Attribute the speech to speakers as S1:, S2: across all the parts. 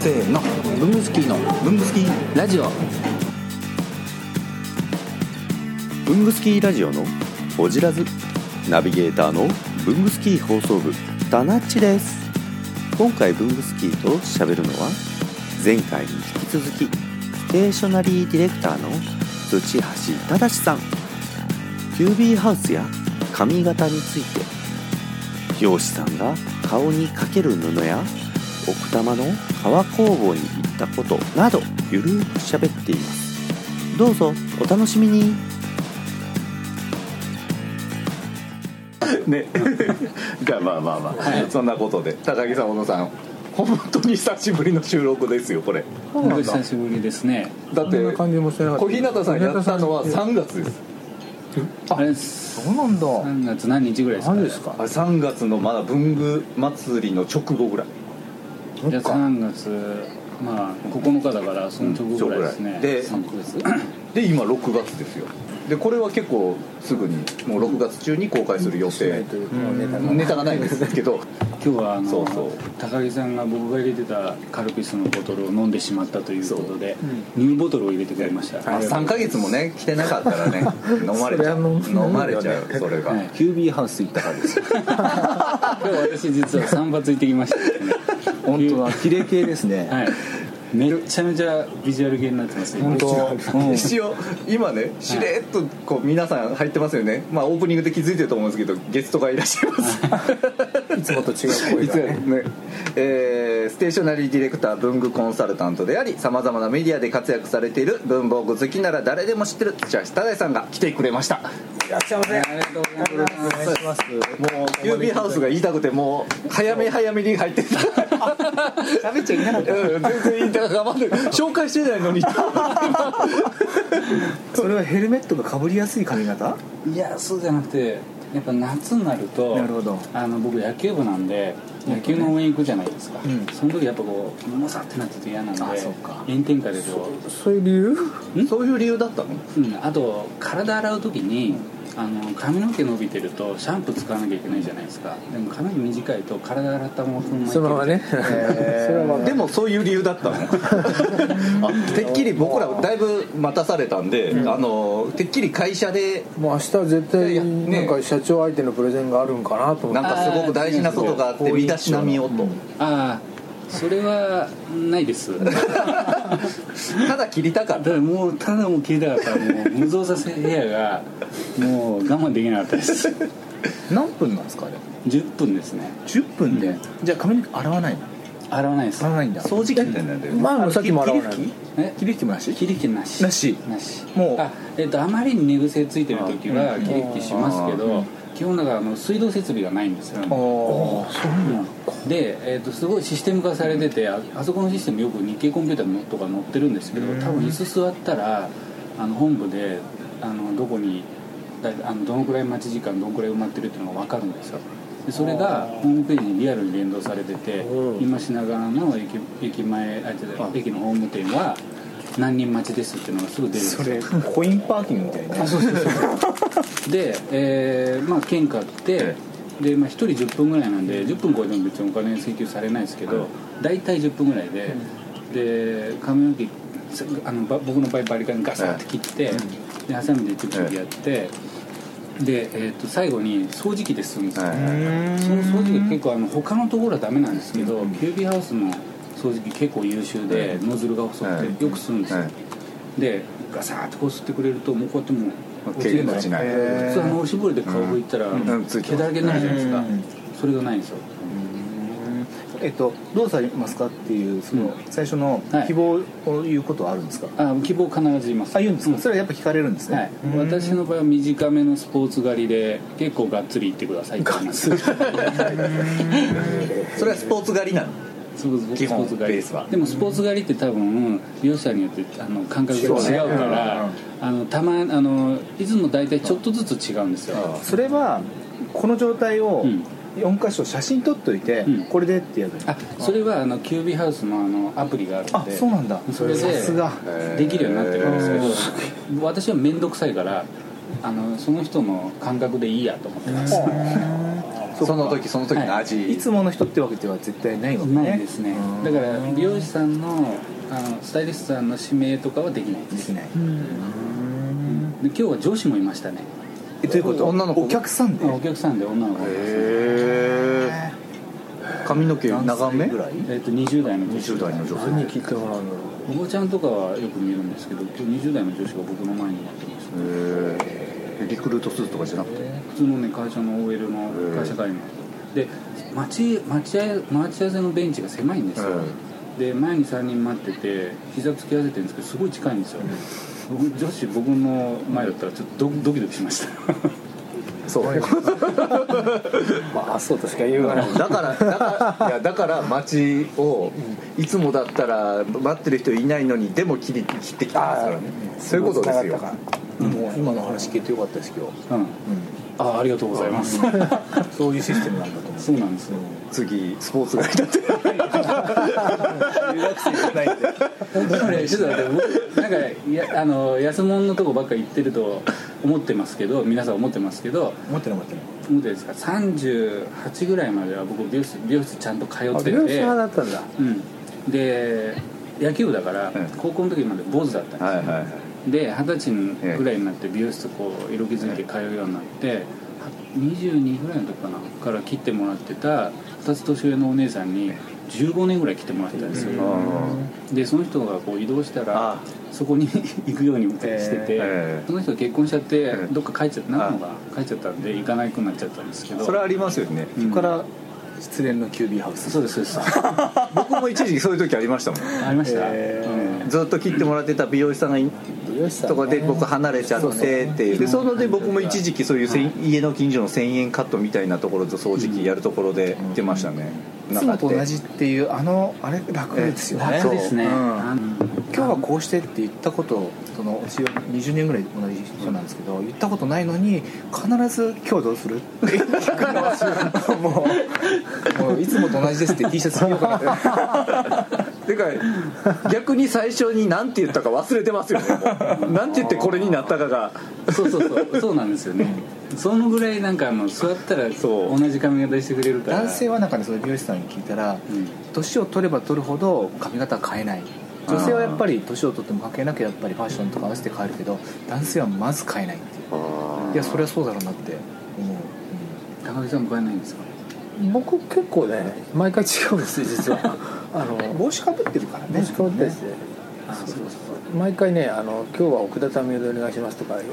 S1: せーのブングスキーの
S2: 文具スキー
S1: ラジオ
S3: 文具スキーラジオのほじらずナビゲーターの文具スキー放送部タナッチです今回文具スキーと喋るのは前回に引き続きステーショナリーディレクターの土橋忠さん QB ハウスや髪型について美容師さんが顔にかける布や奥多摩の革工房に行ったことなどゆるーく喋っていますどうぞお楽しみに
S2: ね がまあまあまあ、そんなことで高木さん小野さん本当に久しぶりの収録ですよこれ
S4: 久しぶりですね
S2: だって
S5: そんな感じもしてなかった
S2: 小日向さんやったのは
S5: 小日向さん
S2: 3月です
S4: あれです
S5: そうなんだ
S4: 3月何日ぐらいですか
S5: 何ですか
S2: あ3月のまだ文具祭りの直後ぐらい
S4: じゃあ3月まあ9日だからその直後ぐらいです
S2: う
S4: ね
S2: んで
S4: 3ヶ月
S2: で今6月ですよでこれは結構すぐにもう6月中に公開する予定
S5: というかネタ
S2: ネタがないですけ ど
S4: 今日はあの
S2: そうそう
S4: 高木さんが僕が入れてたカルピスのボトルを飲んでしまったということで、ニューボトルを入れてくれました、
S2: あ3ヶ月もね来てなかったらね 飲まれちゃう
S5: それは飲むよね
S2: 飲まれちゃうそれが、
S4: はい
S3: QB ハウス行ったからです
S4: 今日私実は散髪行ってきましたで すね
S1: 本当は綺麗系ですね
S4: はいめっちゃめちゃビジュアル系になってます本
S2: うん一応今ねしれっとこう皆さん入ってますよね、まあ、オープニングで気づいてると思うんですけどゲストがいらっしゃいます
S5: いつもと違う声
S2: いつ
S5: が
S2: もねえーステーショナリーディレクター文具コンサルタントでありさまざまなメディアで活躍されている文房具好きなら誰でも知ってる土橋忠さんが来てくれました
S5: いらっしゃいませありがとうございますお願いしますもう
S2: UB ハウスが言いたくてもう早め早めに入ってた喋っちゃいなかった、うん、全然言いたがまだ紹介してないのに
S5: それはヘルメットがかぶりやすい髪型
S4: いやそうじゃなくてやっぱ夏になると
S5: なるほど
S4: あの僕野球部なんで野球の応援行くじゃないですか、その時やっぱこうもさってなってて嫌なんで
S5: そうか
S4: 炎天下でこ
S5: そういう理由
S2: そういう理由だったの
S4: う、うん、あと体洗う時にあの髪の毛伸びてるとシャンプー使わなきゃいけないじゃないですかでも髪短いと体洗ったままそのまま
S5: そのままね
S2: でもそういう理由だったの あてっきり僕らだいぶ待たされたんで、あのてっきり会社で
S5: もう明日絶対
S2: ね
S5: なんか社長相手のプレゼンがあるんかなと思
S2: なん
S5: って
S2: かすごく大事なことがあって身だしなみをと、
S4: ああそれはないです
S2: ただ切りたかった
S4: だからもうただもう聞いたかったらもう無造作ヘアがもう我慢できなかったです
S1: 何分なんですかあれ
S4: 10分ですね
S1: 10分で、じゃあ髪の毛洗わないの
S4: 洗わないです
S1: 洗わないんだ
S2: 掃除機みたいなんだよね
S5: 前もさっきも洗わない
S1: 切り拭き
S4: え
S1: 切り拭きもなし
S4: 切り気なし
S1: なし
S4: なし
S1: もう
S4: あ,、えっとあまりに寝癖ついてる時は切り気しますけど基本だからあの水道設備がないんですよ
S1: おー
S4: うんで、えっとすごいシステム化されててああそこのシステムよく日経コンピューターのとか載ってるんですけど多分椅子座ったらあの本部であのどこにだいあのどのくらい待ち時間どのくらい埋まってるっていうのが分かるんですよでそれがホームページにリアルに連動されてて
S5: うん
S4: 今品川の駅駅前あ違う駅のホーム店は何人待ちですっていうのがすぐ出るんですよ
S1: それコインパーキングみたいね
S4: で、えーまあ、券買ってで、まあ、1人10分ぐらいなんで10分超えても別にお金請求されないですけど大体10分ぐらいで、で髪の毛すあのば僕の場合バリカンガサッて切って、でハサミでチュッチュやって、で、えー、と最後に掃除機でするんですよ、その掃除機結構あの他のところはダメなんですけど、キュービーハウスの掃除機結構優秀で、ノズルが細くてよくするんですよ、でガサーッてこすってくれるともうこうやってもう
S2: 経営のしない
S4: 普通あのおしぼりで顔拭いたら
S2: んついてます
S4: 毛だらけになるじゃないですかそれがないんですよ
S1: えっとどうされますかっていうその最初の
S4: はい
S1: 希望を言うことはあるんですか
S4: あ希望必ず言います
S1: あ言うんですかそれはやっぱ聞かれるんです
S4: は
S1: ね
S4: い、私の場合は短めのスポーツ狩りで結構がっつり行ってくださいって言います
S2: それはスポーツ狩りなの
S4: そうそう
S2: 基本
S4: スポーツ狩り
S2: ベースは
S4: でもスポーツ狩りって多分利用者によってあの感覚が違うからあのたまあのいつも大体ちょっとずつ違うんですよ
S1: それはこの状態を
S4: うん
S1: 4箇所写真撮っといて
S4: うん
S1: これでってやる
S4: あそれはあのキュービーハウスのあのアプリがあるん
S1: あ
S4: で
S1: そうなんだ
S4: それで
S1: さすが
S4: できるようになってるんですけど私は面倒くさいからあのその人の感覚でいいやと思ってます
S1: そっか
S2: その時その時の味、
S1: いつもの人ってわけでは絶対ないもんね
S4: ないですね
S1: うん
S4: だから美容師さんのあのスタイリストさんの指名とかはできないで
S1: ですき
S4: で
S1: ない
S5: うん
S4: 今日は上司もいましたね
S1: えということ
S2: 女の子
S1: お客さんで
S4: お客さんで女の子がいました
S2: へえ髪の毛長め
S1: ぐらい
S4: えっと20代の女子
S2: 20代の女性
S5: 何聞いてもらうんだろ
S4: おばちゃんとかはよく見るんですけど今日20代の女子が僕の前になってました
S2: へえリクルートスーツとかじゃなくて
S4: 普通のね会社の OL の会社帰りの人で待ち待ち合い待ち合わせのベンチが狭いんですよ、で前に3人待ってて膝つき合わせてるんですけどすごい近いんですよ、僕女子僕の前だったらちょっとドドキドキしました
S2: そう
S5: うまあそうとしか言うがない
S2: だからだからいやだから街をいつもだったら待ってる人いないのにでも切り切ってきたんですからねそういうことですよ
S1: もう今の話聞いてよかったです今日
S4: うん、ああありがとうございます
S1: そういうシステムなんだと思
S4: そうなんですよ
S2: 次スポーツ街だって
S1: う留学生じゃないんで
S4: だからねちょっと待って僕なんかやあの安物のとこばっか行ってると思ってますけど皆さん思ってますけど
S1: 持ってない持ってない
S4: 思ってるんですか38ぐらいまでは僕美容室美容室ちゃんと通ってて
S5: 美容師派だったんだ
S4: うん、で野球部だから、
S2: うん
S4: 高校の時まで坊主だったんですよ、
S2: はいはい
S4: で二十歳ぐらいになって美容室こう色気づいて通うようになって、は22ぐらいの時かなから切ってもらってた2つ年上のお姉さんに15年ぐらい切ってもらってたんですよ、でその人がこう移動したら
S2: あ
S4: そこに 行くようにしてて、
S2: ええ
S4: その人が結婚しちゃって、
S2: うん
S4: どっか帰っちゃった長野が帰っちゃったんで行かなくなっちゃったんですけど
S2: それはありますよね
S4: うん
S1: そこから失恋のキュービーハウス
S4: そうですそうですあ
S2: 僕も一時期そういう時ありましたもん
S4: りました、
S1: ええ
S2: ずっと切ってもらってた美容師さんがい
S5: 美容師さんね
S2: とかで僕離れちゃってっていうでそので僕も一時期そういうせん家の近所の1000円カットみたいなところと掃除機やるところで行ってましたね
S1: いつもと同じっていうあのあれ楽ですよね
S4: 楽ですね、
S1: うん
S4: あの
S1: 今日はこうしてって言ったことその私は20年ぐらい同じ人なんですけど言ったことないのに必ず「今日どうする?」って聞くのはもうもういつもと同じですって T シャツ着ようかなって
S2: てか逆に最初に何て言ったか忘れてますよねもう何て言ってこれになったかが
S4: そうそうそうそうなんですよねそのぐらいなんかもう座ったら
S2: そ
S4: 同
S2: う
S4: じ髪型してくれるから
S1: 男性はなんかねその美容師さんに聞いたら
S4: うん
S1: 年を取れば取るほど髪型は変えない女性はやっぱり年を取っても関係なくやっぱりファッションとか合わせて変えるけど男性はまず変えないっていういやそれはそうだろうなって思う、
S4: 高木さんも変えないんですか
S5: 僕結構ね毎回違うんですよ実はあの
S1: うん帽子かぶってるからね
S5: 帽子変わったですね
S4: あそうそう
S5: 毎回ねあの「今日は奥田民生でお願いします」とか言っ
S1: へ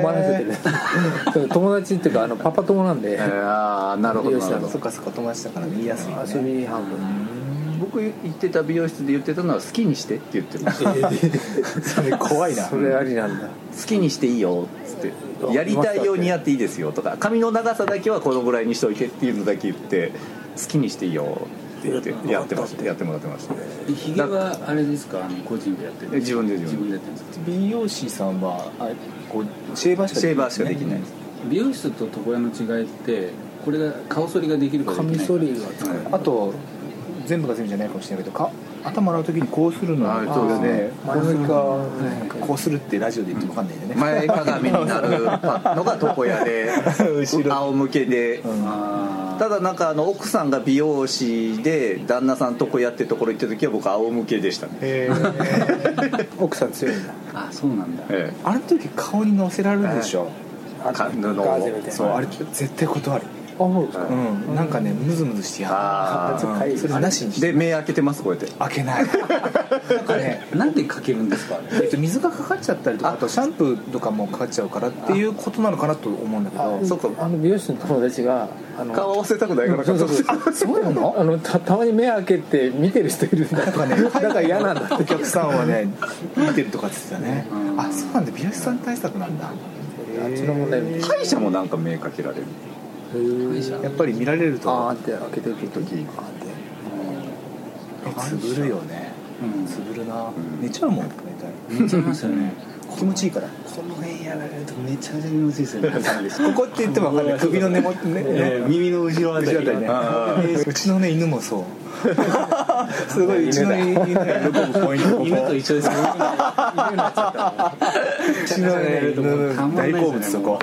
S1: ー
S5: 困らせてねそう友達っていうかあのパパ友なんで
S2: ああなるほどなるほ
S1: そっ
S2: ど
S1: かそっか友達だから見やすいよね
S5: 遊び半分
S2: 僕言ってた美容室で言ってたのは好きにしてって言ってました好
S1: それ怖いな
S5: それありなんだ
S2: きにしていいよっつってやりたいようにやっていいですよとか髪の長さだけはこのぐらいにしといてっていうのだけ言って好きにしていいよって言ってやってましたやってもらってました
S4: ひげはあれですかあの個人でやってる
S2: 自分で自
S4: 自
S2: 分
S4: 分
S2: で
S4: でやってるんですか
S1: 美容師さんはあこうシェーバーしか
S2: シェーバーしかできない
S4: 美容室と床屋の違いってこれが顔剃りができるかできな
S5: カミ
S4: いか
S5: ソリが使える
S1: あと全部が全部じゃないかもしれないけどか頭洗う時にこうするの
S2: はいそうですね
S1: こうする
S5: 前
S1: こうするってラジオで言っても分かんないんでね、
S2: 前かがみになるのが床屋 で
S1: 後ろ
S2: 仰向けで
S4: あ
S2: ただなんかあの奥さんが美容師で旦那さんとこやってところ行った時は僕仰向けでしたね
S1: えー
S5: 奥さん強いんだ
S4: ーあそうなんだ
S2: え
S1: あの時顔に乗せられるでしょ、
S2: えか布
S5: ガーゼみたい
S2: を
S5: な
S1: そうあれ絶対断る、
S5: あそうですか
S1: うんなんかねムズムズしてや
S2: あ
S5: ー
S1: るうんそれなしにし
S2: で
S1: て
S2: 目開けてますこうやって
S1: 開け ないなんかね
S4: なんでかけるんですかあれ
S1: えっと水がかかっちゃったりとかあとシャンプーとかもかかっちゃうからっていうことなのかなと思うんだけ
S5: あ
S1: ど
S2: そっか
S5: あの美容師の友達があの
S2: 顔合わせたくないから
S5: そうそう
S2: か
S5: そう
S1: そうなの
S5: あのたたまに目開けて見てる人いるんだ
S1: なんかね
S5: だから嫌なんだ
S1: お客さんはね 見てるとかって言ってたね
S4: うん
S1: あそうなんだ美容師さん対策なんだ
S5: あっちの問題みたい
S2: 歯医者もなんか目かけられる
S1: やっぱり見られる
S5: あー
S1: と
S5: って開けてる時あ
S1: つぶるよね
S4: うん
S1: つぶるな寝ちゃうもん大
S4: 寝ちゃいますよね
S1: 体気持ちいいから
S4: この辺やられるとめちゃめちゃ気持ちいいですよね
S1: ここって言っても分かんない首の根元ね
S4: 耳の後ろあたり
S1: うちのね犬もそう すごいうちの犬が喜ぶポイントここ
S4: 犬と一緒です犬のやつだったら
S1: うちのね
S4: たまんない
S1: 大
S4: ですね
S1: 好物そこ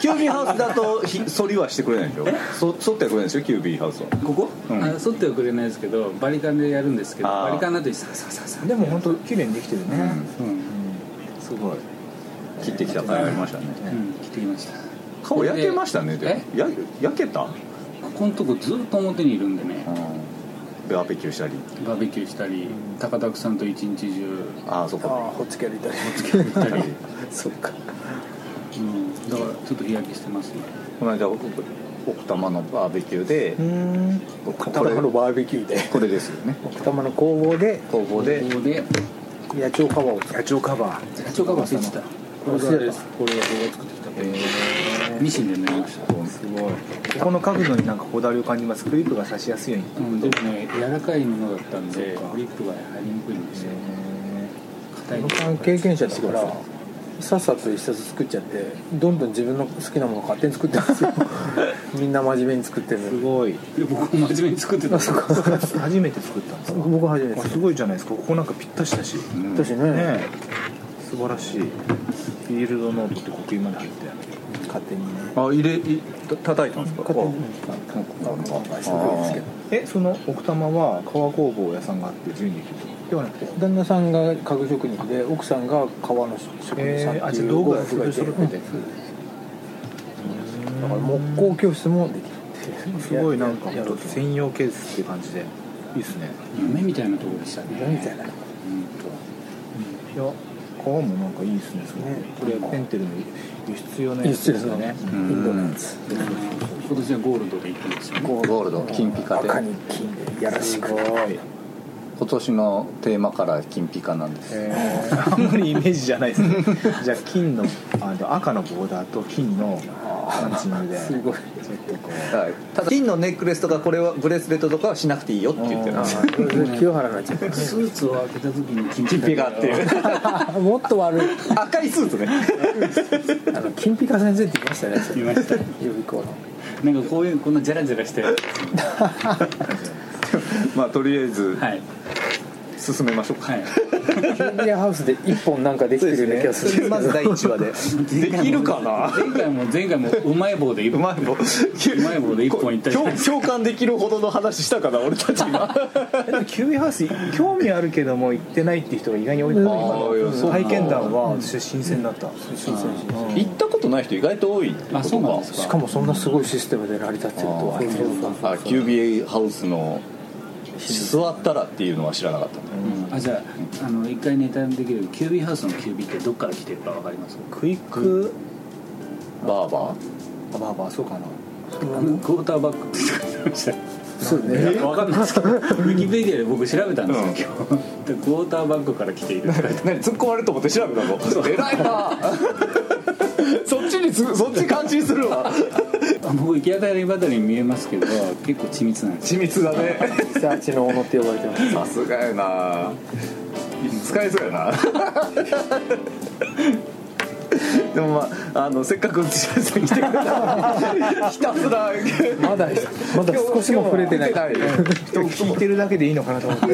S2: キュービーハウスだとひ剃りはしてくれないでしょそ剃ってはくれないでしょキュービーハウスは
S4: ここ、
S2: うん
S4: あ剃ってはくれないですけどバリカンでやるんですけど
S2: あー
S4: バリカンだとササササ
S1: でも本当綺麗にできてるね、
S4: うん、
S1: すごい
S2: 切ってきたからありましたね
S4: うん、来てきました
S2: 顔焼けましたねでもや焼けた
S4: ここのとこずっと表にいるんでね
S2: バーベキューしたり
S4: バーベキューしたり高田さんと一日中
S2: ああそ
S5: あ
S2: こ
S5: あほっつけられたり
S4: 行ったり、
S5: そっか
S4: うん、だからちょっと日焼けしてますね
S2: この間奥奥多摩のバーベキューで
S1: うん
S2: こ
S5: たまの
S2: れ
S5: バーベキューで
S2: これですよね
S5: 奥多摩の工房で
S2: 工房で
S4: ここで
S5: 野鳥カバーを作
S1: 野鳥カバー
S4: 社長が忘れてたこれがあれですこれが僕が作ってきたこれミシンで縫いました、
S1: すごいここの角度になんかこだわりを感じますクリップが刺しやすいように
S4: うん、でもね柔らかいものだったんでグリップが入りにくいんですよ硬い
S5: 僕は経験者だからさっさと一冊作っちゃってどんどん自分の好きなもの勝手に作ってますよみんな真面目に作ってるの
S1: す
S5: に
S1: ごい
S4: いや僕も真面目に作ってたんですよ
S1: 初めて作ったんですか
S5: 僕初めて
S1: あ
S5: です
S1: すごいじゃないですかここなんかぴったしだしね
S5: 私ね
S1: え素晴らしいフィールドノートって刻印まで入って
S5: 勝手にね
S2: あ入れいた叩いたんですか
S5: 勝手に
S2: あー
S1: えその奥多摩は革工房屋さんがあって自由にできるではなくて
S5: 旦那さんが家具職人で奥さんが革の職人さん
S1: えー、あ
S5: っ
S1: じゃ
S5: てい
S1: あ道
S5: う
S1: 具
S5: ご
S1: が
S5: 夫婦
S1: 揃
S5: が
S1: っ
S5: いて
S1: て
S5: だ
S1: て
S5: から木工教室もできるってう
S1: すごいなんか
S5: や
S1: ほん
S5: ろう
S1: と
S5: と
S1: 専用ケースって感じでいいっすね
S4: 夢みたいなところでしたね
S5: みたいなね
S1: いや革もなんかいいっすねすごい
S5: ね
S1: これペンテルの輸出用の
S5: い
S1: や
S5: い
S1: つ
S5: ですよねインドのやつ
S4: うん今年はゴールドで行ってますよね
S2: ゴールド金ピカで
S5: 赤に金でやらし
S1: す
S5: く
S1: ごい
S2: 今年のテーマカラー金ピカなんです
S1: えー、あんまりイメージじゃないですねじゃあ金のあの赤のボーダーと金のパンチのでち
S5: す
S1: ょっ
S5: ごい
S1: とこ
S2: はい、ただ金のネックレスとかこれはブレスレットとかはしなくていいよって言って
S5: あ
S2: ます
S5: ーそれで 清原になっちゃったね
S4: スーツを開けた時に金
S2: 金ピ
S4: ピ
S2: カ
S4: カ
S2: っていう
S5: あもっと悪い
S2: 赤いスーツね
S5: あの金ピカ先生って言いましたねそれ
S4: いました
S5: 予備校の
S4: なんかこういうこんなジャラジャラして
S2: まあとりあえず
S4: はい
S2: 進めましょうか、
S4: はい
S5: キュービアハウスで一本なんかできてるような気がするんですけど
S2: まず第1話で できるかな
S4: 前回も前回もうまい棒で一
S2: う
S4: 本
S2: まい棒う
S4: まい棒で一本いったじゃないです
S2: 共感できるほどの話したかな俺たちが
S1: うでもキュービーハウス興味あるけども行ってないって人が意外に多いの
S2: あーいやそう
S1: 今の体験談は私は新鮮だった、
S2: 行ったことない人意外と多いってこと
S4: あそうなんですか
S5: しかもそんなすごいシステムで成り立ってるとは
S2: あーあキュービーハウスの座ったらっていうのは知らなかったね
S4: あじゃああの一回ネタにできるキュービーハウスのキュービーってどっから来てるかわかります
S1: クイック
S2: バーバー
S1: あまあまあそうかな
S4: あのクォーターバックって書いてました
S5: そうね
S4: わかんないですけどウィキペディアで僕調べたんですよ今日でクォーターバックから来ているって書いてある
S2: 何突っ込まれると思って調べたの偉い なそっちにつそっち感心するわ
S4: あ僕行き当たりばったりに見えますけど結構緻密なんです
S2: 緻密だね
S5: リサーチの斧って呼ばれてます
S2: さすがやな使えそうやな でもまああのせっかく内田さん来てくれたの にひたすら
S5: まだまだ少しも触れてない
S2: 今日は触れてない
S1: 聞いてるだけでいいのかなと思って